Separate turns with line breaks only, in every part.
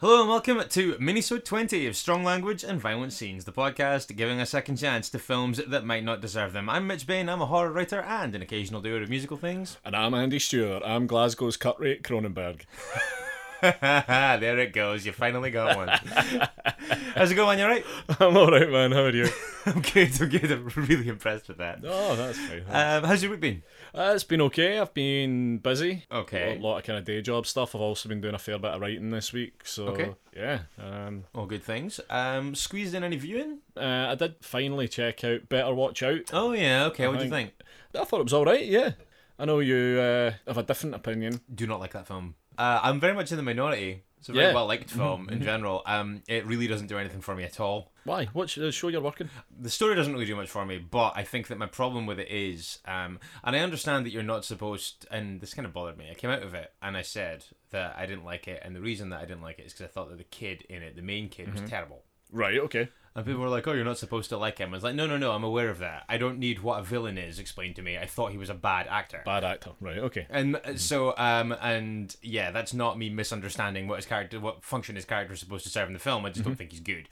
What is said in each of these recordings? Hello and welcome to Minisode 20 of Strong Language and Violent Scenes, the podcast giving a second chance to films that might not deserve them. I'm Mitch Bain, I'm a horror writer and an occasional doer of musical things.
And I'm Andy Stewart. I'm Glasgow's cut rate Cronenberg.
there it goes, you finally got one. How's it going, you alright?
I'm all right, man. How are you?
I'm good, I'm good, I'm really impressed with that.
oh, that's fine. Uh,
Um, how's your week been?
it's been okay. I've been busy.
Okay.
A lot of kind of day job stuff. I've also been doing a fair bit of writing this week. So
Okay.
yeah, um,
All good things. Um, squeezed in any viewing?
uh, I did finally check out Better Watch Out.
Oh yeah, okay, what do you think?
I thought it was all right. Yeah. I know you uh, have a different opinion.
do not like that film. Uh, I'm very much in the minority. It's a very
Yeah.
well liked film in general. Um, it really doesn't do anything for me at all.
Why? What's the show you're working?
The story doesn't really do much for me, but I think that my problem with it is, um, and I understand that you're not supposed, and this kind of bothered me. I came out of it and I said that I didn't like it, and the reason that I didn't like it is because I thought that the kid in it, the main kid, was terrible.
Right. Okay.
And people were like, "Oh, you're not supposed to like him." I was like, "No, no, no. I'm aware of that. I don't need what a villain is explained to me. I thought he was a bad actor."
Bad actor. Right. Okay.
And uh, so, um, and yeah, that's not me misunderstanding what his character, what function his character is supposed to serve in the film. I just don't think he's good,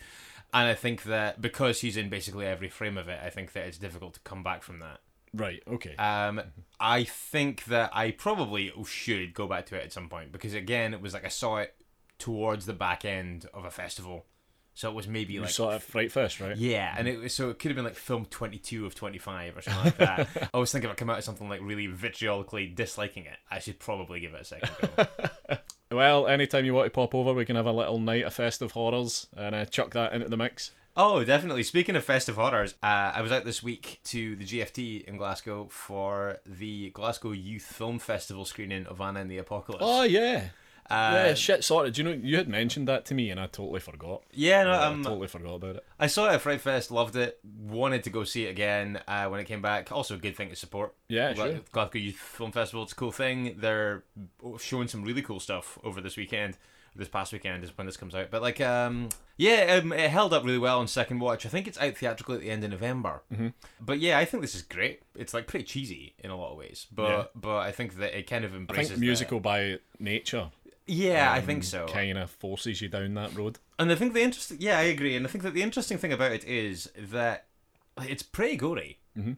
and I think that because he's in basically every frame of it, I think that it's difficult to come back from that.
Right. Okay.
Um, I think that I probably should go back to it at some point because again, it was like I saw it towards the back end of a festival, so it was maybe
you
like
saw it right first, right?
yeah, and it was, so it could have been like film twenty two of twenty five or something like that. I always think if I come out of something like really vitriolically disliking it, I should probably give it a second go.
Well, anytime you want to pop over, we can have a little night of festive horrors and uh, chuck that into the mix.
oh, definitely. Speaking of festive horrors, uh, I was out this week to the GFT in Glasgow for the Glasgow Youth Film Festival screening of Anna and the Apocalypse.
Oh yeah.
Uh,
yeah, shit sorted. Do you know you had mentioned that to me and I totally forgot.
yeah, no,
I
um,
totally forgot about it.
I saw it at Fright Fest, loved it, wanted to go see it again uh, when it came back. Also, a good thing to support.
Yeah,
Gla-
sure.
Glasgow Youth Film Festival, it's a cool thing. They're showing some really cool stuff over this weekend. This past weekend is when this comes out. But, like, um, yeah, um, it held up really well on second watch. I think it's out theatrically at the end of November. Mm-hmm. But yeah, I think this is great. It's, like, pretty cheesy in a lot of ways. But
Yeah.
but I think that it kind of
I
embraces.
think
the-
musical by nature
yeah, I think so.
kind of forces you down that road.
And I think the interesting, yeah, I agree. And I think that the interesting thing about it is that it's pretty gory.
Mhm.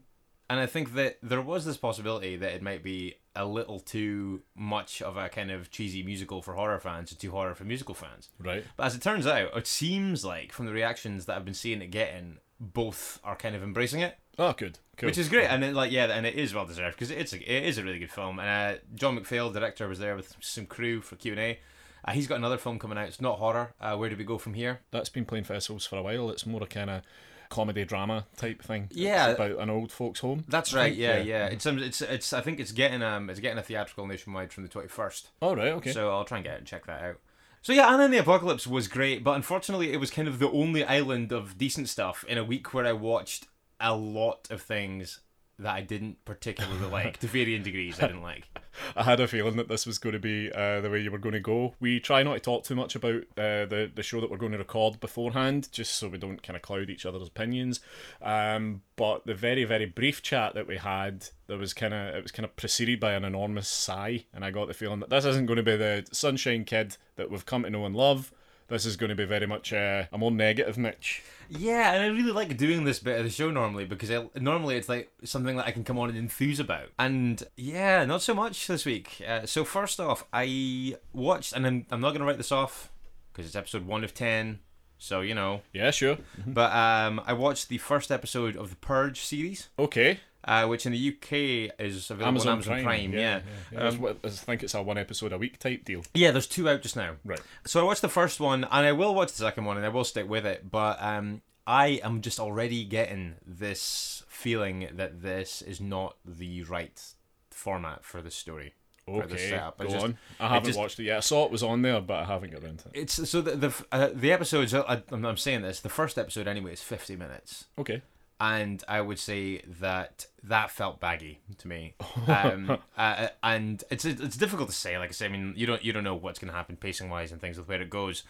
And I think that there was this possibility that it might be a little too much of a kind of cheesy musical for horror fans and too horror for musical fans.
Right.
But as it turns out, it seems like from the reactions that I've been seeing it getting, both are kind of embracing it,
Oh, good. Cool.
which is great. And it, like, yeah, and it is well deserved because it's a, it is a really good film. And uh, John McPhail, director, was there with some crew for Q and A. Uh, he's got another film coming out. It's not horror. Uh, Where do we go from here?
That's been playing festivals for a while. It's more a kind of comedy drama type thing. It's
Yeah.
about an old folks home.
That's right.
think,
yeah,
yeah.
yeah. It's um, it's it's. I think it's getting um, it's getting a theatrical nationwide from the twenty first.
All right. Okay.
So I'll try and get it and check that out. So yeah, Anna and the Apocalypse was great, but unfortunately, it was kind of the only island of decent stuff in a week where I watched a lot of things that I didn't particularly like to varying degrees. I didn't like.
I had a feeling that this was going to be uh, the way you were going to go. We try not to talk too much about uh, the the show that we're going to record beforehand, just so we don't kind of cloud each other's opinions. Um, but the very very brief chat that we had, there was kind of it was kind of preceded by an enormous sigh, and I got the feeling that this isn't going to be the sunshine kid that we've come to know and love. This is going to be very much uh, a more negative Mitch.
Yeah, and I really like doing this bit of the show normally because I, normally it's like something that I can come on and enthuse about. And yeah, not so much this week. Uh, so first off, I watched, and I'm, I'm not going to write this off because it's episode one of ten. So you know,
Yeah, sure.
but um, I watched the first episode of the Purge series,
Okay.
uh, which in the UK is available
Amazon,
on Amazon Prime. yeah.
yeah. That's what- I think it's a one episode a week type deal.
Yeah, there's two out just now.
Right.
So I watched the first one, and I will watch the second one, and I will stick with it. But um, I am just already getting this feeling that this is not the right format for this story. for this
Okay,
setup. I
go
just-
on. I haven't
just-
watched it yet. I saw it was on there, but I haven't got into it.
It's so the the uh, the episodes. I, I'm I'm saying this. The first episode anyway is 50 minutes,
Okay.
and I would say that that felt baggy to me. Um, uh, and it's it's difficult to say. Like I say, I mean, you don't you don't know what's going to happen pacing wise and things with where it goes.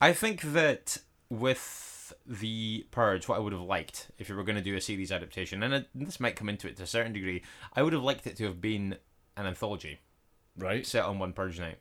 I think that with the purge, what I would have liked if you were going to do a series adaptation, and it, this might come into it to a certain degree, I would have liked it to have been an anthology
Right.
set on one purge night.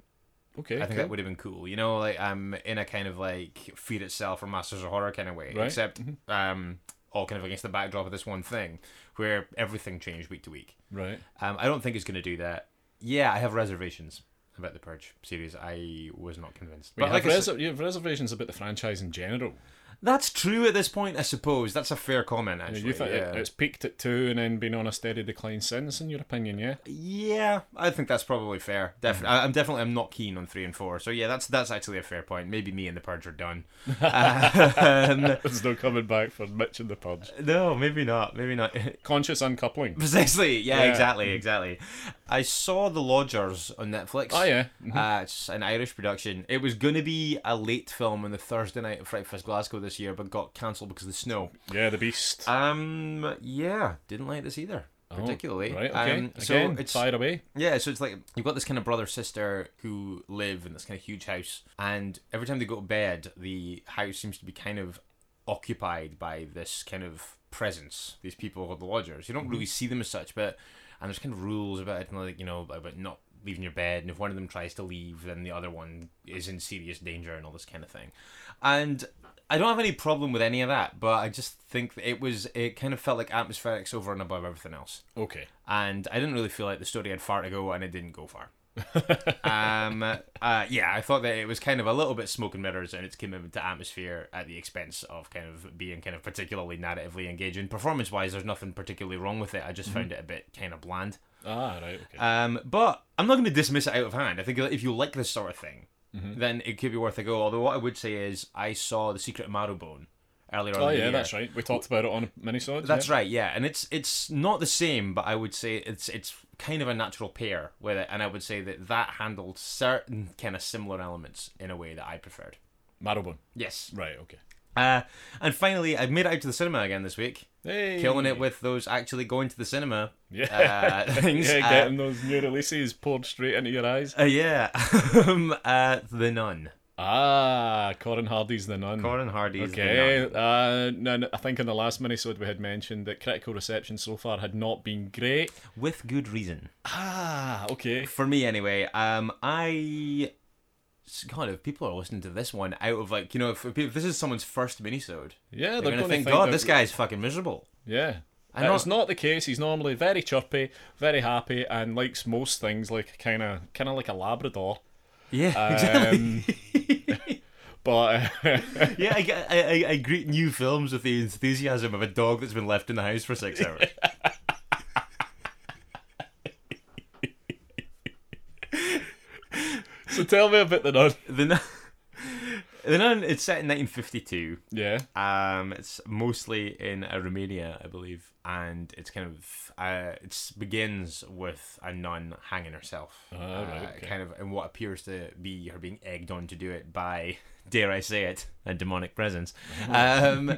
Okay.
I think
cool.
that would have been cool. You know, like um, in a kind of like feed itself or Masters of Horror kind of way,
Right. Mm-hmm.
except um, all kind of against the backdrop of this one thing where everything changed week to week.
Right.
Um, I don't think it's going to do that. Yeah, I have reservations about the Purge series. I was not convinced.
But you,
like
have
I
reser- you have reservations about the franchise in general.
said- that's true at this point, I suppose. That's a fair comment,
You uh,
actually.
know, you think
yeah.
it, it's peaked at two and then been on a steady decline since, in your opinion, yeah?
Yeah, I think that's probably
Mm-hmm.
fair. Definitely, I'm definitely I'm not keen on three and four. So yeah, that's that's actually a fair point. Maybe me and the Purge are done. Um,
There's no coming back for Mitch and the Purge.
no, maybe not. Maybe not.
Conscious uncoupling.
Precisely. Yeah,
Yeah.
exactly, exactly. I saw The Lodgers on Netflix.
Oh, yeah.
Uh, it's an Irish production. It was going to be a late film on the Thursday night of Fright Fest Glasgow this year, but got cancelled because of the snow.
Yeah, the Beast.
Um, yeah, didn't like this either, particularly.
Oh, Right, okay.
Um, so
Again,
it's
fire away.
yeah, so it's like you've got this kind of brother sister who live in this kind of huge house, and every time they go to bed, the house seems to be kind of occupied by this kind of presence. These people called the lodgers. You don't really see them as such, but and there's kind of rules about it, and like you know about not leaving your bed, and if one of them tries to leave, then the other one is in serious danger, and all this kind of thing. And I don't have any problem with any of that, but I just think that it was it kind of felt like atmospherics over and above everything else
Okay.
and I didn't really feel like the story had far to go, and it didn't go far. um, uh, yeah, I thought that it was kind of a little bit smoke and mirrors, and it's came into atmosphere at the expense of kind of being kind of particularly narratively engaging. Performance wise, there's nothing particularly wrong with it. I
Mhm.
just found it a bit kind of bland.
Ah, right, okay.
Um, but I'm not going to dismiss it out of hand. I think if you like this sort of thing,
Mm-hmm.
then it could be worth a go. Although what I would say is, I saw The Secret of Marrowbone earlier on.
oh,
in the
yeah,
year.
that's right. We talked about it on a minisode.
That's
yeah.
right, yeah, and it's it's not the same, but I would say it's it's kind of a natural pair with it, and I would say that that handled certain kind of similar elements in a way that I preferred.
Marrowbone.
Yes.
Right, okay.
Uh, and finally, I've made it out to the cinema again this week,
Hey.
killing it with those actually going to the cinema.
Yeah.
Uh, things.
Yeah,
Uh,
getting those new releases poured straight into your eyes.
uh, yeah. Um, uh, the Nun.
Ah, Corin Hardy's The Nun.
Corin Hardy's The
Okay,
Nun.
uh, no, no, I think in the last minisode we had mentioned that critical reception so far had not been great.
With good reason.
Ah, okay.
for me anyway um i god if people are listening to this one out of like you know if, if this is someone's first minisode they're
Yeah, they're,
gonna,
going to
think god
that-
this guy's fucking miserable
Yeah.
I'm
It's not the case. He's normally very chirpy, very happy, and likes most things like kind of, kind of like a Labrador.
yeah exactly.
Um, but uh,
yeah I, get- I, I, I greet new films with the enthusiasm of a dog that's been left in the house for six hours
so tell me about the nun.
the nun the nun it's set in 1952
Yeah.
Um, it's mostly in uh, Romania, I believe, and it's kind of uh, it begins with a nun hanging herself,
Ah, right,
uh,
okay.
kind of in what appears to be her being egged on to do it by, dare I say it, a demonic presence. Um,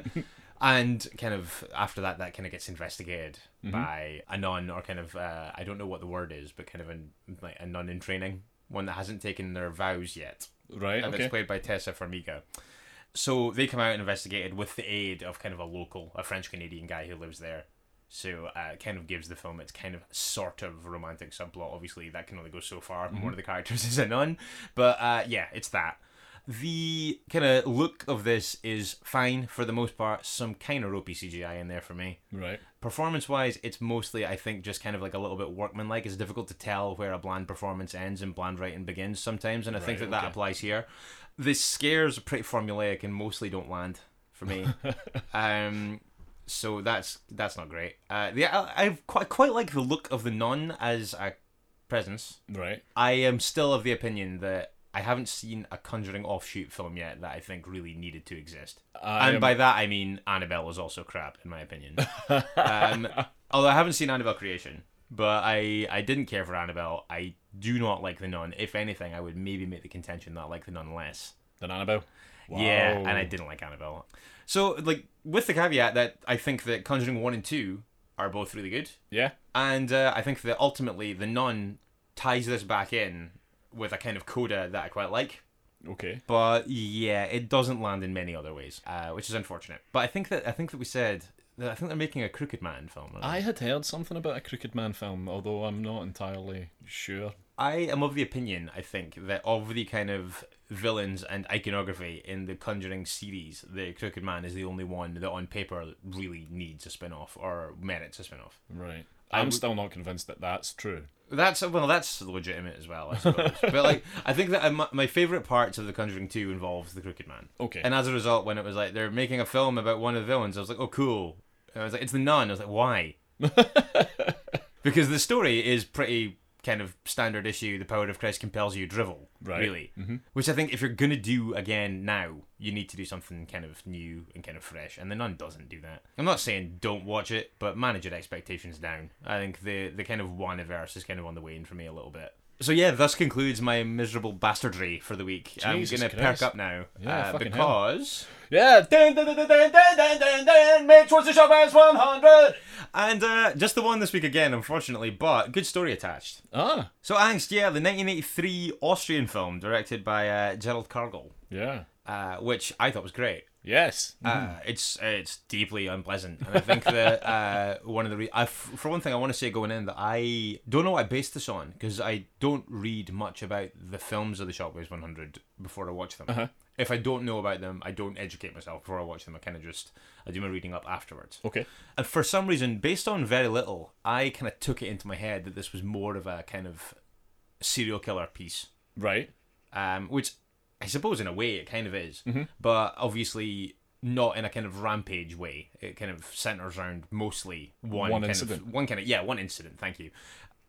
and kind of after that, that kind of gets investigated
Mm-hmm.
by a nun or kind of uh, I don't know what the word is, but kind of an, like a nun in training, one that hasn't taken their vows yet
Right.
and
Okay.
it's played by Tessa Farmiga. So they come out and investigated with the aid of kind of a local, a French Canadian guy who lives there. So uh, it kind of gives the film its kind of sort of romantic subplot. Obviously, that can only go so far.
Mm-hmm.
One of the characters is a nun, but uh, yeah, it's that. The kind of look of this is fine for the most part. Some kind of ropey CGI in there for me
Right.
performance wise it's mostly i think just kind of like a little bit workmanlike it's difficult to tell where a bland performance ends and bland writing begins sometimes and i think that
Right,
that
okay.
applies here the scares are pretty formulaic and mostly don't land for me um so that's that's not great uh yeah I, i quite quite like the look of the nun as a presence
Right.
i am still of the opinion that I haven't seen a Conjuring offshoot film yet that I think really needed to exist.
I
and
am-
by that I mean Annabelle was also crap, in my opinion. um, although I haven't seen Annabelle Creation, but I I didn't care for Annabelle. I do not like the Nun. If anything, I would maybe make the contention that I like the Nun less.
Than Annabelle.
Yeah,
Wow.
and I didn't like Annabelle. So like with the caveat that I think that Conjuring One and Two are both really good,
yeah.
and uh, I think that ultimately the Nun ties this back in with a kind of coda that I quite like.
Okay.
But yeah, it doesn't land in many other ways, uh, which is unfortunate. But I think that I think that we said that I think they're making a Crooked Man film. aren't they?
I had heard something about a Crooked Man film, although I'm not entirely sure.
I am of the opinion, I think, that of the kind of villains and iconography in the Conjuring series, the Crooked Man is the only one that on paper really needs a spin off or merits a spin off.
Right. I'm still not convinced that that's true.
That's well, that's legitimate as well, I suppose. but like, I think that my, my favorite parts of the Conjuring Two involves the Crooked Man.
Okay.
And as a result, when it was like they're making a film about one of the villains, I was like, oh, cool. And I was like, it's the nun. I was like, why? because the story is pretty kind of standard issue. The power of Christ compels you, drivel,
Right. Mm-hmm.
really. Which I think if you're going to do again now, you need to do something kind of new and kind of fresh. And the nun doesn't do that. I'm not saying don't watch it, but manage your expectations down. I think the, the kind of Wanaverse is kind of on the wane for me a little bit. So yeah, thus concludes my miserable bastardry for the week. I'm
Jesus
gonna
Christ.
perk up now
Yeah,
uh,
fucking hell.
because
Yeah. Dun, dun, dun, dun, dun, dun, dun, dun, dun. Mitch was the shop as 100.
And uh, just the one this week again, unfortunately, but good story attached.
Ah.
So, Angst, yeah, the 1983 Austrian film directed by uh, Gerald Cargill,
Yeah.
uh, which I thought was great.
Yes.
Uh, it's it's deeply unpleasant, and I think that uh, one of the re- I f- for one thing I want to say going in that I don't know what I based this on because I don't read much about the films of the Shockwaves 100 before I watch them.
Uh-huh.
If I don't know about them, I don't educate myself before I watch them. I kind of just I do my reading up afterwards.
Okay.
And for some reason, based on very little, I kind of took it into my head that this was more of a kind of serial killer piece,
Right.
um, which I suppose in a way it kind of is,
Mm-hmm.
but obviously not in a kind of rampage way. It kind of centers around mostly one,
One
kind
incident.
Of, one kind of yeah, one incident. Thank you.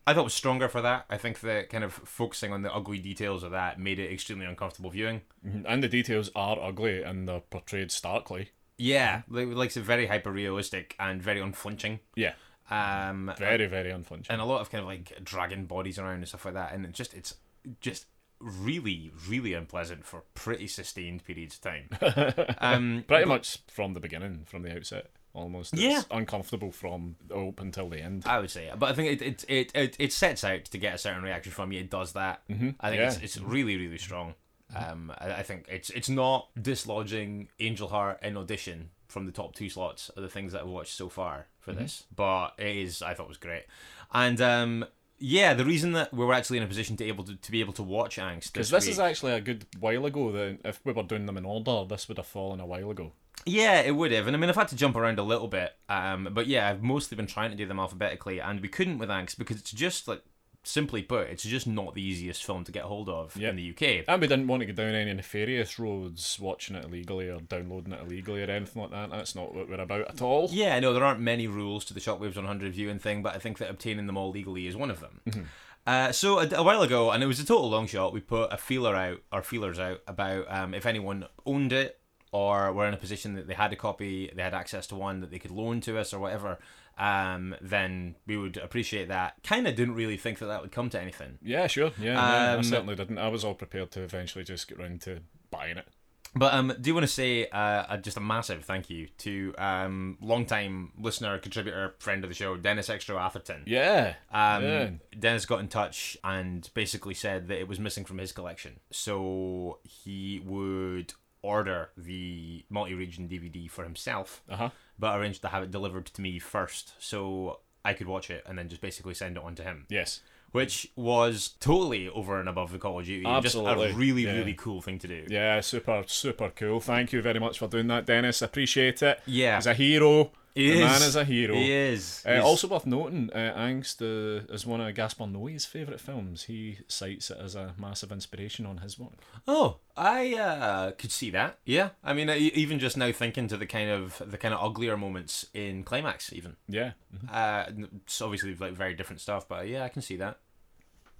I thought it was stronger for that. I think that kind of focusing on the ugly details of that made it extremely uncomfortable viewing.
Mhm. And the details are ugly and they're portrayed starkly.
Yeah,
Mm-hmm.
like, like it's very hyper realistic and very unflinching.
Yeah.
Um,
Very, very unflinching.
and a lot of kind of like dragging bodies around and stuff like that and it's just it's just really really unpleasant for pretty sustained periods of time um
Pretty much from the beginning, from the outset, almost. It's
Yeah.
uncomfortable from up until the end.
I would say, but I think it it, it, it it sets out to get a certain reaction from you. It does that. Mm-hmm. I think
yeah.
it's, it's really really strong. Um, I, I think it's it's not dislodging Angel Heart and Audition from the top two slots of the things that I've watched so far for
Mm-hmm.
this, but it is I thought was great, and um, yeah, the reason that we were actually in a position to able to, to be able to watch Angst
Because this is actually a good while ago. That if we were doing them in order, this would have fallen a while ago.
Yeah, it would have. And I mean, I've had to jump around a little bit. Um, but yeah, I've mostly been trying to do them alphabetically, and we couldn't with Angst because it's just like, simply put, it's just not the easiest film to get hold of
Yeah.
in the UK.
And we didn't want to go down any nefarious roads, watching it illegally or downloading it illegally or anything like that. That's not what we're about at all.
Yeah, no, there aren't many rules to the Shockwaves 100 viewing thing, but I think that obtaining them all legally is one of them. Uh, so a, a while ago, and it was a total long shot, we put a feeler out, or feelers out, about um, if anyone owned it or were in a position that they had a copy, they had access to one that they could loan to us or whatever, um, then we would appreciate that. Kind of didn't really think that that would come to anything.
Yeah, sure. Yeah, no, I
Um,
certainly didn't. I was all prepared to eventually just get round to buying it.
But um, do you want to say uh, uh, just a massive thank you to um, long-time listener, contributor, friend of the show, Dennis Extra Atherton.
Yeah.
Um,
Yeah.
Dennis got in touch and basically said that it was missing from his collection. So he would order the multi region DVD for himself,
Uh huh.
but arranged to have it delivered to me first so I could watch it and then just basically send it on to him,
Yes.
which was totally over and above the Call of Duty. and
Absolutely,
Just a really,
yeah.
really cool thing to do.
Yeah, super, super cool. Thank you very much for doing that, Dennis. Appreciate it.
Yeah.
He's a hero.
He
the
is.
man is a hero.
He is.
Uh,
He's-
also worth noting, uh, Angst uh, is one of Gaspar Noé's favourite films. He cites it as a massive inspiration on his work.
Oh, I uh, could see that. Yeah, I mean, e- even just now thinking to the kind of the kind of uglier moments in climax, even.
Yeah. mhm.
Uh, n- it's obviously like very different stuff, but yeah, I can see that.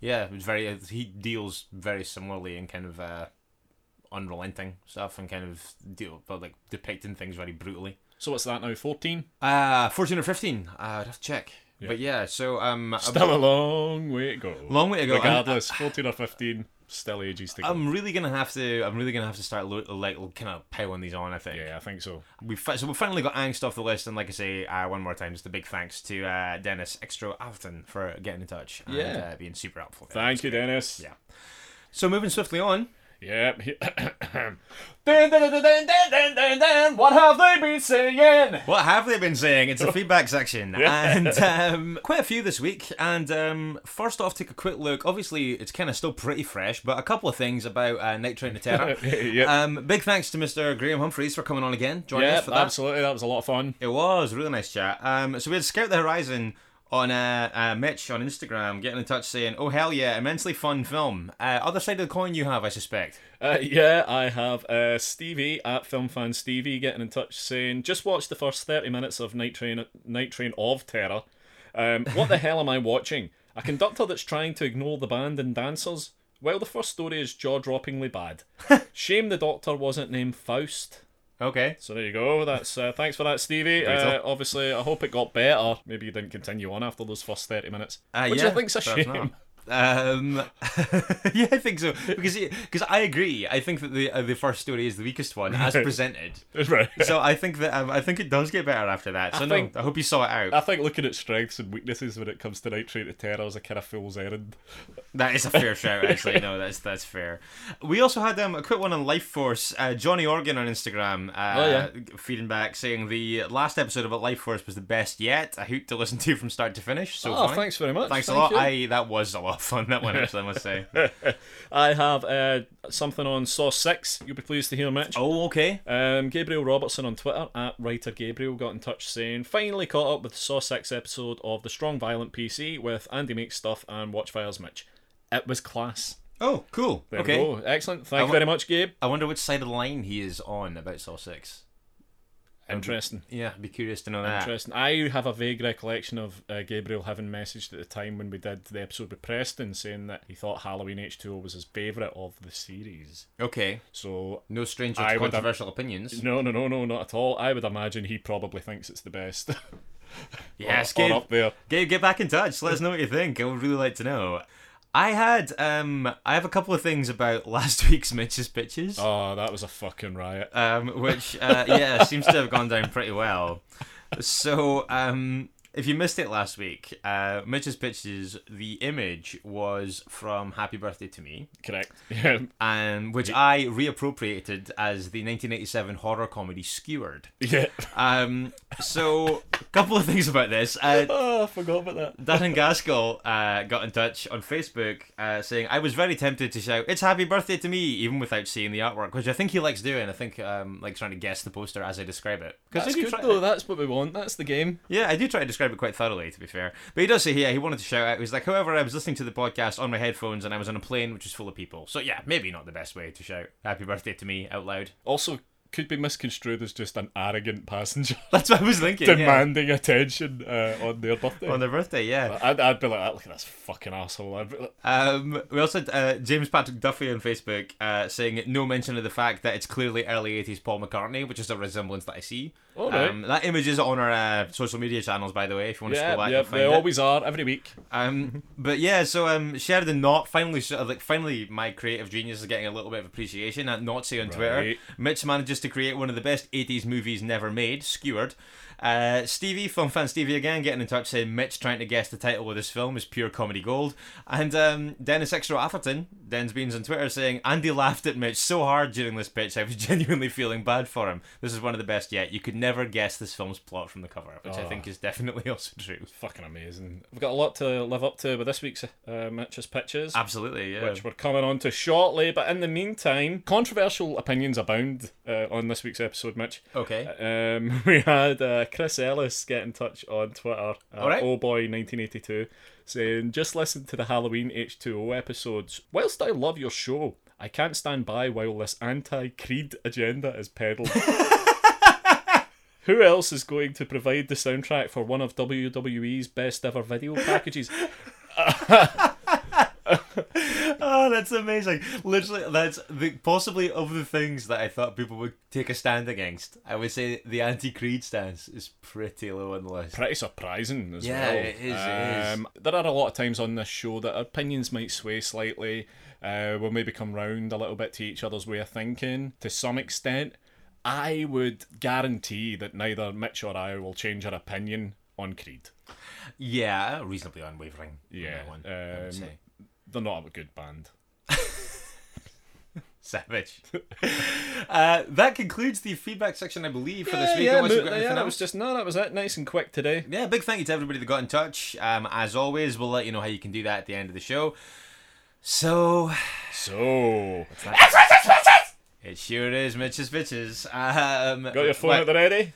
Yeah, it was very. He deals very similarly in kind of uh, unrelenting stuff and kind of deal, but like depicting things very brutally.
So what's that now? Fourteen.
Uh fourteen or fifteen. uh, I'd have to check. But yeah, so um,
Still a long way to go.
long way to go. uh, Um, I'm-
Regardless, fourteen or fifteen, still ages to go.
I'm really gonna have to. I'm really gonna have to start lo- like kind of piling these on. I think.
yeah, I think so.
We fi- so we finally got angst off the list, and like I say, uh, one more time, just a big thanks to uh, Dennis Extra Afton for getting in touch and
Yeah.
uh, being super helpful.
Thank you, Dennis.
Yeah. So moving swiftly on.
Yep. dun, dun, dun, dun, dun, dun, dun, dun. What have they been saying?
What have they been saying? It's the feedback section, and um, quite a few this week. And um, first off, take a quick look. Obviously, it's kind of still pretty fresh, but a couple of things about uh, Night Train to Terror.
Yep.
Um, big thanks to Mr. Graham Humphreys for coming on again. Joining us
Yep,
for that.
absolutely. That was a lot of fun.
It was really nice chat. Um, so we had Scout the Horizon on uh, uh, Mitch on Instagram getting in touch saying, "Oh hell yeah, immensely fun film." Uh, other side of the coin you have, I suspect.
Uh, yeah, I have uh, Stevie at FilmFan Stevie getting in touch saying, just watch the first 30 minutes of Night Train, Night Train of Terror. Um, what the hell am I watching? A conductor that's trying to ignore the band and dancers? Well, the first story is jaw droppingly bad. Shame the doctor wasn't named Faust.
Okay.
So there you go. That's uh, thanks for that, Stevie. Uh,
Brutal.
obviously, I hope it got better. Maybe you didn't continue on after those first thirty minutes,
Uh,
which
yeah,
I think's a
fair
shame.
enough. Um, yeah, I think so because because I agree. I think that the uh, the first story is the weakest one as presented.
right.
So I think that um, I think it does get better after that. So no,
think- Uh,
I hope you saw it out.
I think looking at strengths and weaknesses when it comes to Night Train to Terror is a kind of fool's errand.
That is a fair shout, actually. No, that's that's fair. We also had um, a quick one on Life Force. Uh, Johnny Organ on Instagram, uh,
Oh, yeah.
feeding back saying the last episode about Life Force was the best yet. A hoot to listen to from start to finish.
Oh,
So funny.
very much.
Oh, Thanks a lot. I that was a lot of fun. That one actually, I must say.
I have uh, something on Saw Six. You'll be pleased to hear, Mitch.
oh, okay.
Um, Gabriel Robertson on Twitter at writer Gabriel got in touch saying finally caught up with the Saw Six episode of the Strong Violent PC with Andy makes stuff and Watchfires Mitch. It was class.
Oh, cool.
There
okay.
we go. Excellent. Thank
wa-
you very much, Gabe.
I wonder which side of the line he is on about Saw Six.
Interesting.
Yeah, I'd be curious to know that.
Interesting. I have a vague recollection of uh, Gabriel having messaged at the time when we did the episode with Preston saying that he thought Halloween H2O was his favourite of the series.
Okay.
So,
No stranger
I
to
would have-
controversial opinions.
no, no, no, no, not at all. I would imagine he probably thinks it's the best.
Yes,
Or- or
Gabe.
up there.
Gabe, get back in touch. Let us know what you think. I would really like to know. I had um I have a couple of things about last week's Mitch's pitches.
Oh, that was a fucking riot.
Um which uh yeah, seems to have gone down pretty well. So um if you missed it last week, uh Mitch's pitches the image was from Happy Birthday to Me,
Correct. Yeah.
and Um, which I reappropriated as the 1987 horror comedy Skewered.
yeah.
Um so a couple of things about this. Uh
Oh, I forgot about that.
Dan and Gaskell uh, got in touch on Facebook uh, saying, I was very tempted to shout, It's happy birthday to me, even without seeing the artwork, which I think he likes doing. I think, um, like, trying to guess the poster as I describe it. Because
That's good, though. That's what we want. That's the game.
yeah, I do try to describe it quite thoroughly, to be fair. But he does say, yeah, he wanted to shout out. He was like, however, I was listening to the podcast on my headphones and I was on a plane which was full of people. So, yeah, maybe not the best way to shout happy birthday to me out loud.
Also, could be misconstrued as just an arrogant passenger.
That's what I was thinking. yeah.
demanding attention uh, on their birthday.
On their birthday, yeah.
I'd, I'd be like, "Ah, look at this fucking asshole. I'd be like,
Um, we also had uh, James Patrick Duffy on Facebook uh, saying no mention of the fact that it's clearly early 80s Paul McCartney, which is a resemblance that I see.
All right.
Um, that image is on our uh, social media channels, by the way, if you want to
yeah,
scroll back
yeah,
and find
they
it.
always are every week.
Um, but yeah, so um, Sheridan Knott finally, sort of, like, finally, my creative genius is getting a little bit of appreciation at Nazi on Twitter.
Right.
Mitch manages to create one of the best 80s movies never made, Skewered. Uh, Stevie, film fan Stevie again, getting in touch saying Mitch trying to guess the title of this film is pure comedy gold. And um, Dennis Extra Atherton, Den's Beans on Twitter, saying Andy laughed at Mitch so hard during this pitch, I was genuinely feeling bad for him. This is one of the best yet. You could never guess this film's plot from the cover, which I
Ah.
think is definitely also true.
Fucking amazing. We've got a lot to live up to with this week's uh, Mitch's Pictures,
Ah, Absolutely, yeah.
which we're coming on to shortly. But in the meantime, controversial opinions abound uh, on this week's episode, Mitch.
okay.
Um, we had uh, Chris Ellis get in touch on Twitter, uh,
All right.
oh boy, 1982, saying, Just listen to the Halloween H2O episodes. Whilst I love your show, I can't stand by while this anti Creed agenda is peddled. Who else is going to provide the soundtrack for one of WWE's best ever video packages?
oh, that's amazing. Literally, that's the, possibly of the things that I thought people would take a stand against. I would say the anti Creed stance is pretty low on the list.
Pretty surprising as
Yeah,
well.
it is, it is.
Um, There are a lot of times on this show that our opinions might sway slightly. Uh, we'll maybe come round a little bit to each other's way of thinking to some extent. I would guarantee that neither Mitch or I will change our opinion on Creed.
Yeah, reasonably unwavering. on
Yeah,
that one, I
um,
would say.
They're not a good band.
Savage. uh, that concludes the feedback section, I believe, for this week. Unless you've got anything
that
else.
was just no, that was it. Nice and quick today.
Yeah, big thank you to everybody that got in touch. Um, as always, we'll let you know how you can do that at the end of the show. So
So
it sure is Mitch's bitches. Um,
got your phone
like-
at the ready.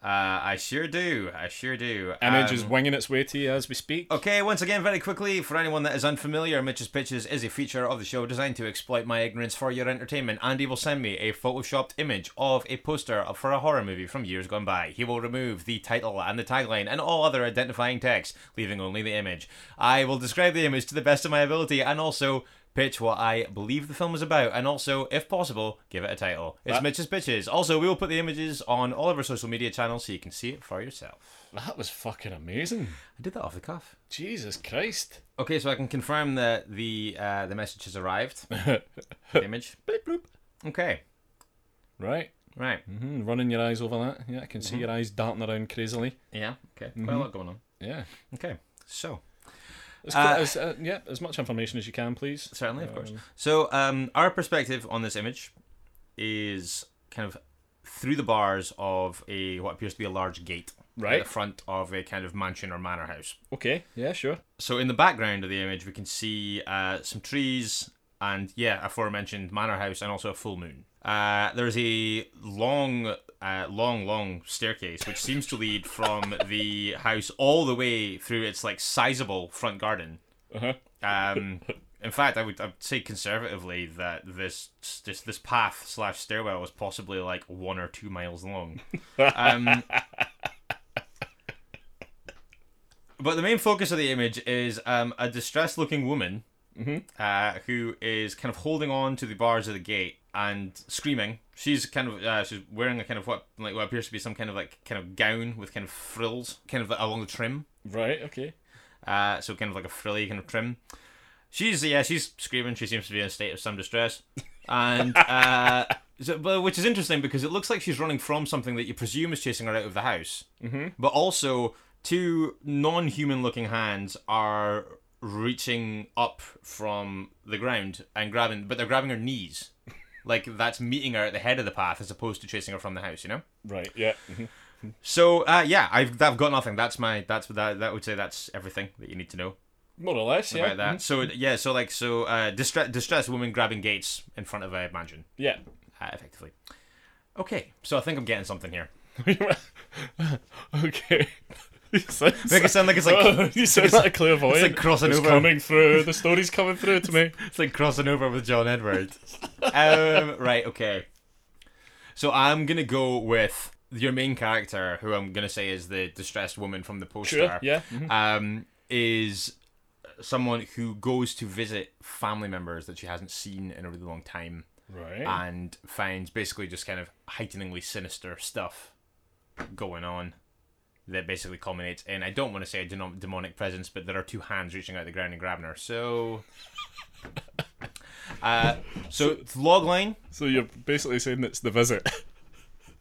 Uh, I sure do. I sure do.
Image
Um, Oh.
is winging its way to you as we speak.
Okay, once again, very quickly, for anyone that is unfamiliar, Mitch's Pitches is a feature of the show designed to exploit my ignorance for your entertainment. Andy will send me a photoshopped image of a poster for a horror movie from years gone by. He will remove the title and the tagline and all other identifying text, leaving only the image. I will describe the image to the best of my ability and also pitch what I believe the film is about, and also, if possible, give it a title. It's
That-
Mitch's Pitches. Also, we will put the images on all of our social media channels so you can see it for yourself.
That was fucking amazing.
I did that off the cuff.
Jesus Christ.
Okay, so I can confirm that the uh, the message has arrived. The image.
Beep, boop.
Okay.
Right.
Right.
Mm, running your eyes over that. Yeah, I can
Mm-hmm.
see your eyes darting around crazily.
Yeah. Okay. Quite
Mm-hmm.
a lot going on.
Yeah.
Okay. So
As,
Uh,
as, uh, yeah, as much information as you can, please.
certainly, of course.
Um,
So um, our perspective on this image is kind of through the bars of a what appears to be a large gate at
Right.
the front of a kind of mansion or manor house.
Okay. Yeah, sure.
So in the background of the image, we can see uh, some trees and yeah, aforementioned manor house and also a full moon. Uh, there is a long, uh, long, long staircase which seems to lead from the house all the way through its like sizable front garden.
Uh-huh.
Um, in fact, I would I'd say conservatively that this this this path slash stairwell is possibly like one or two miles long. Um, but the main focus of the image is um, a distressed-looking woman uh, who is kind of holding on to the bars of the gate and screaming. She's kind of uh, she's wearing a kind of what like what appears to be some kind of like kind of gown with kind of frills, kind of along the trim.
Right, okay.
Uh, so kind of like a frilly kind of trim. She's yeah, she's screaming. She seems to be in a state of some distress, and uh, so, but which is interesting because it looks like she's running from something that you presume is chasing her out of the house. Mm-hmm. But also, two non-human-looking hands are reaching up from the ground and grabbing, but they're grabbing her knees, like that's meeting her at the head of the path as opposed to chasing her from the house. You know.
Right, yeah. mhm.
So uh, yeah, I've I've got nothing. That's my that's that that would say that's everything that you need to know
More or less, yeah.
about that.
mhm.
So it- yeah, so like so uh, distress distressed woman grabbing gates in front of a mansion,
Yeah.
uh, effectively. Okay, so I think I'm getting something here.
okay. Make
Make it sound like it's like
you sound like a clairvoyant.
it's like crossing
It's
over.
coming through. The story's coming through to me.
it's like crossing over with John Edward. um, right. Okay. So I'm gonna go with your main character, who I'm gonna say is the distressed woman from the poster.
Sure, yeah. mhm.
um, is someone who goes to visit family members that she hasn't seen in a really long time
Right.
and finds basically just kind of heighteningly sinister stuff going on that basically culminates in I don't want to say a denom- demonic presence, but there are two hands reaching out the ground and grabbing her. So. Uh, so log line
So you're basically saying it's the visit.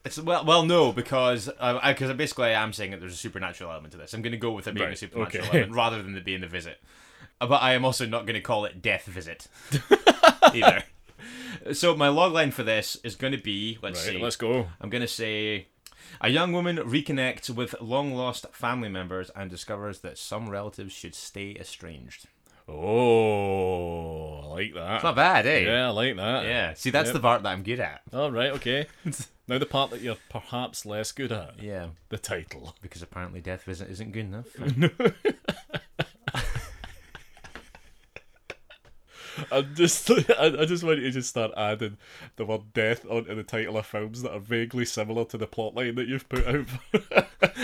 it's well, well, no, because because I, 'cause basically I am saying that there's a supernatural element to this. I'm going to go with it being a
Right,
supernatural
okay.
element rather than it being the visit. Uh, But I am also not going to call it death visit either. So my log line for this is going to be let's
Right,
see,
let's go.
I'm going to say. A young woman reconnects with long lost family members and discovers that some relatives should stay estranged.
Oh, I like that.
Not bad, eh?
Yeah, I like that.
Yeah. See, that's
Yep.
the part that I'm good at.
All right, okay. now the part that you're perhaps less good at.
Yeah.
The title.
Because apparently death visit isn't good enough.
I'm just, I, I just wanted to just start adding the word death onto the title of films that are vaguely similar to the plotline that you've put out.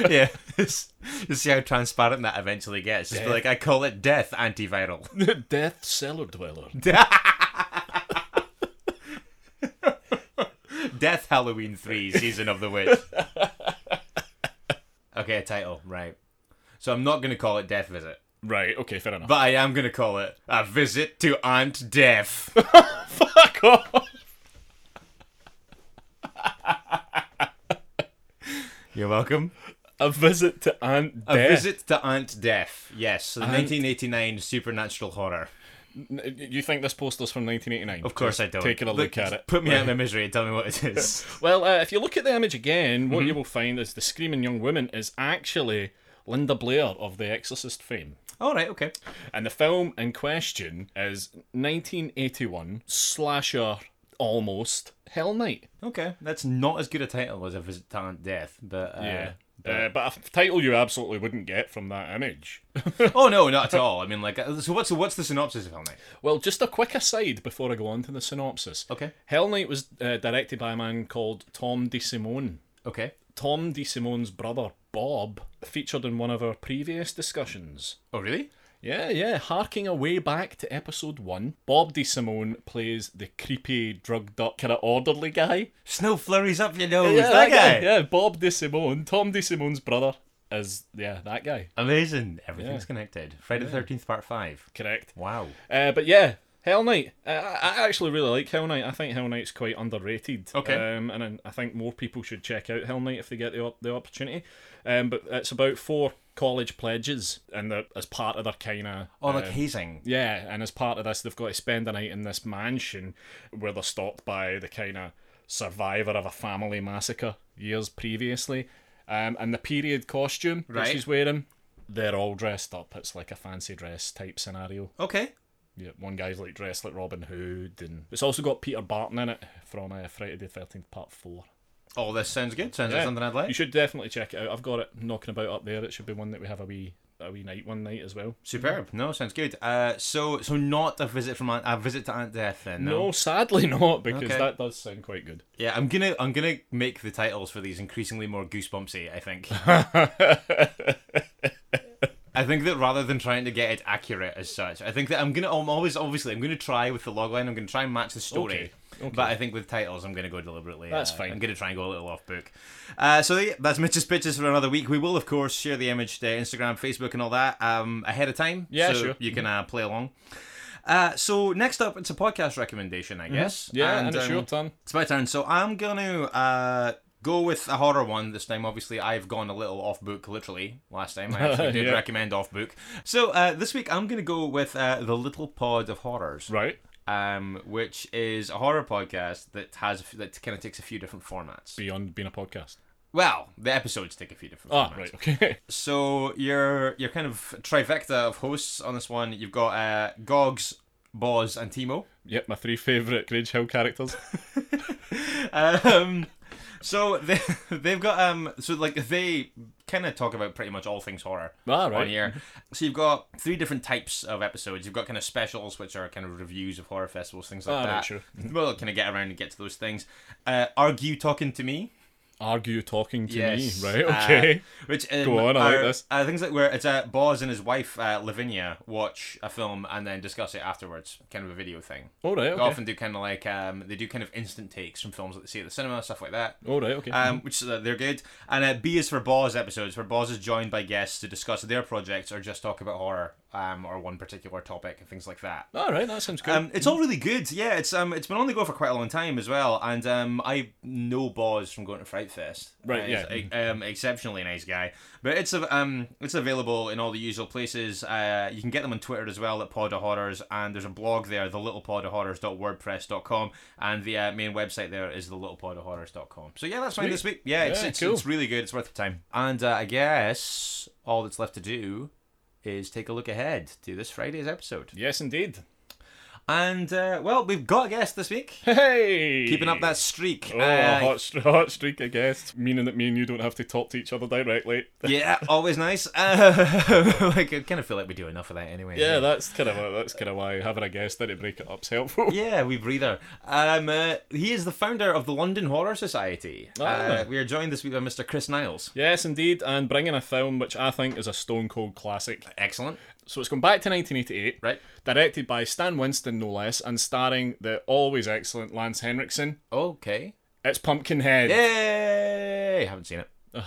yeah. you see how transparent that eventually gets. Just be like, I call it death antiviral.
death Cellar Dweller.
death Halloween 3 Season of the Witch. okay, a title. Right. So I'm not going to call it Death Visit.
Right, okay, fair enough.
But I am going to call it A Visit to Aunt Death.
Fuck off!
You're welcome.
A visit to Aunt
A
Death.
Visit to Aunt Death. Yes, so the 1989 supernatural horror.
N- You think this poster's from 1989?
Of course I don't.
Taking a look at it.
Put me out of my misery and tell me what it is.
Well, uh, if you look at the image again,
Mm-hmm.
what you will find is the screaming young woman is actually Linda Blair of The Exorcist fame.
All right, okay.
And the film in question is 1981 slasher almost Hell Night.
Okay, that's not as good a title as A Visit to Aunt Death, but... Uh,
Uh, but a f- title you absolutely wouldn't get from that image.
Oh, no, not at all. I mean, like, uh, so what's, what's the synopsis of Hell Night?
Well, just a quick aside before I go on to the synopsis.
Okay.
Hell Night was uh, directed by a man called Tom DeSimone.
Okay.
Tom DeSimone's brother, Bob, featured in one of our previous discussions.
Oh, really?
Yeah, yeah. Harking away back to episode one, Bob DeSimone plays the creepy, drugged up, kind of orderly guy.
Snow flurries up your nose.
yeah,
that, guy.
Yeah, Bob DeSimone. Tom DeSimone's brother is, yeah, that guy.
Amazing. Everything's connected. Friday the 13th, part 5.
Correct.
Wow.
Uh, but yeah, Hell Knight. Uh, I I actually really like Hell Knight. I think Hell Knight's quite underrated.
Okay.
Um, and I- I think more people should check out Hell Knight if they get the, op- the opportunity. Um, but it's about four college pledges, and they're, as part of their kind of.
Oh, like hazing.
Yeah, and as part of this, they've got to spend the night in this mansion where they're stopped by the kind of survivor of a family massacre years previously. Um, and the period costume that
Right.
she's wearing, they're all dressed up. It's like a fancy dress type scenario.
Okay.
Yeah, one guy's like dressed like Robin Hood, and it's also got Peter Barton in it from uh, Friday the Thirteenth Part Four.
Oh, this sounds good. Sounds
Yeah.
like something I'd like.
You should definitely check it out. I've got it knocking about up there. It should be one that we have a wee a wee night one night as well.
Superb. No, sounds good. Uh, so, so not a visit from Aunt, a visit to Aunt Death then. No.
No, sadly not because
Okay.
that does sound quite good.
Yeah, I'm gonna, I'm gonna make the titles for these increasingly more goosebumpsy. I think. I think that rather than trying to get it accurate as such, I think that I'm gonna, I'm always, obviously, I'm gonna try with the logline. I'm gonna try and match the story.
Okay. Okay.
But I think with titles, I'm going to go deliberately.
That's
uh,
fine.
I'm going to try and go a little off book. Uh, so yeah, that's Mitch's pitches for another week. We will, of course, share the image to Instagram, Facebook, and all that um, ahead of time.
Yeah,
so
sure. Mm-hmm.
You can uh, play along. Uh, so next up, it's a podcast recommendation, I guess.
Mm-hmm. Yeah, and, it's
um,
your turn.
it's my turn. So I'm going to uh, go with a horror one this time. Obviously, I've gone a little off book, literally. Last time I actually did
Yeah.
recommend off book. So uh, this week, I'm going to go with uh, The Little Pod of Horrors
Right.
um, which is a horror podcast that has that kind of takes a few different formats.
Beyond being a podcast.
Well, the episodes take a few different
Ah,
formats.
right, okay.
So you're you're kind of trifecta of hosts on this one. You've got uh, Gogs, Boz, and Timo.
yep, my three favourite Grange Hill characters.
Um, so they they've got um so like they kind of talk about pretty much all things horror.
ah, right.
on here. So you've got three different types of episodes. You've got kind of specials, which are kind of reviews of horror festivals, things like
Ah, right,
that.
sure.
We'll kind of get around and get to those things. Uh, Argue talking to me.
Argue talking to
Yes.
me. Right,
Uh,
okay.
which um,
Go on, I like
are-
this.
Are things like where it's uh, Boz and his wife uh, Lavinia watch a film and then discuss it afterwards, kind of a video thing.
all right, okay.
They often do kind of like um, they do kind of instant takes from films that they see at the cinema, stuff like that.
all right, okay.
Um, which uh, they're good. And uh, B is for Boz episodes, where Boz is joined by guests to discuss their projects or just talk about horror um, or one particular topic and things like that.
all right, that sounds good.
Um, it's all really good. Yeah, it's um, it's been on the go for quite a long time as well, and um, I know Boz from going to Fright Fest.
Right,
Uh,
yeah.
he's a- um, exceptionally nice guy. But it's a, um, it's available in all the usual places. Uh, you can get them on Twitter as well at Pod of Horrors, and there's a blog there, thelittlepodofhorrors.wordpress.com, and the uh, main website there is thelittlepodofhorrors.com. So yeah, that's mine
Sweet.
this week. Yeah, it's
Yeah,
it's,
cool.
it's really good. It's worth the time. And uh, I guess all that's left to do is take a look ahead to this Friday's episode.
yes, indeed.
And uh, well, we've got a guest this week,
Hey!
keeping up that streak.
Oh,
Uh,
hot, st- hot streak, I guess. Meaning that me and you don't have to talk to each other directly.
yeah, always nice. Uh, like I kind of feel like we do enough of that anyway.
Yeah, that's kind of that's kind of why having a guest didn't break it up's helpful.
Yeah, we breather. Um, uh, he is the founder of the London Horror Society. Uh,
Ah.
we are joined this week by Mr. Chris Niles.
Yes, indeed, and bringing a film which I think is a stone cold classic.
Excellent.
So it's going back to 1988,
Right.
Directed by Stan Winston, no less, and starring the always excellent Lance Henriksen.
Okay.
It's Pumpkinhead.
Yay! Haven't seen it.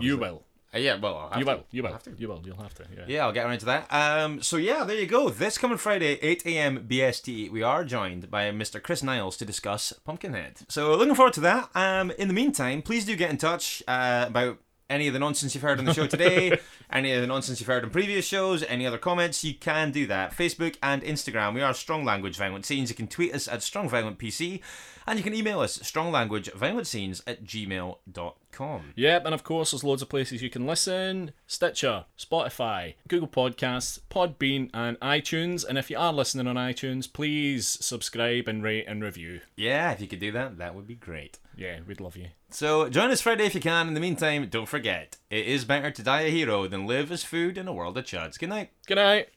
you will.
Uh, yeah, well, I'll have
You
to.
will. You will. You will. You'll have to. Yeah.
Yeah, I'll get around to that. Um, so yeah, there you go. This coming Friday, 8 a.m. BST, we are joined by Mr. Chris Niles to discuss Pumpkinhead. So looking forward to that. Um, in the meantime, please do get in touch uh, about any of the nonsense you've heard on the show today, any of the nonsense you've heard on previous shows, any other comments, you can do that. Facebook and Instagram, we are Strong Language Violent Scenes. You can tweet us at Strong Violent PC, and you can email us stronglanguageviolentscenes at gmail.com.
Yep, and of course, there's loads of places you can listen Stitcher, Spotify, Google Podcasts, Podbean, and iTunes. And if you are listening on iTunes, please subscribe and rate and review.
Yeah, if you could do that, that would be great.
Yeah, we'd love you.
So join us Friday if you can. In the meantime, don't forget, it is better to die a hero than live as food in a world of chuds. Good night.
Good night.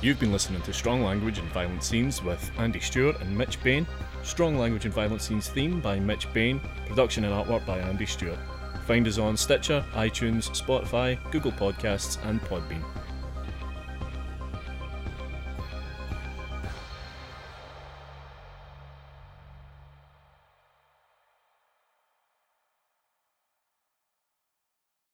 You've been listening to Strong Language and Violent Scenes with Andy Stewart and Mitch Bain. Strong Language and Violent Scenes theme by Mitch Bain. Production and artwork by Andy Stewart. Find us on Stitcher, iTunes, Spotify, Google Podcasts, and Podbean.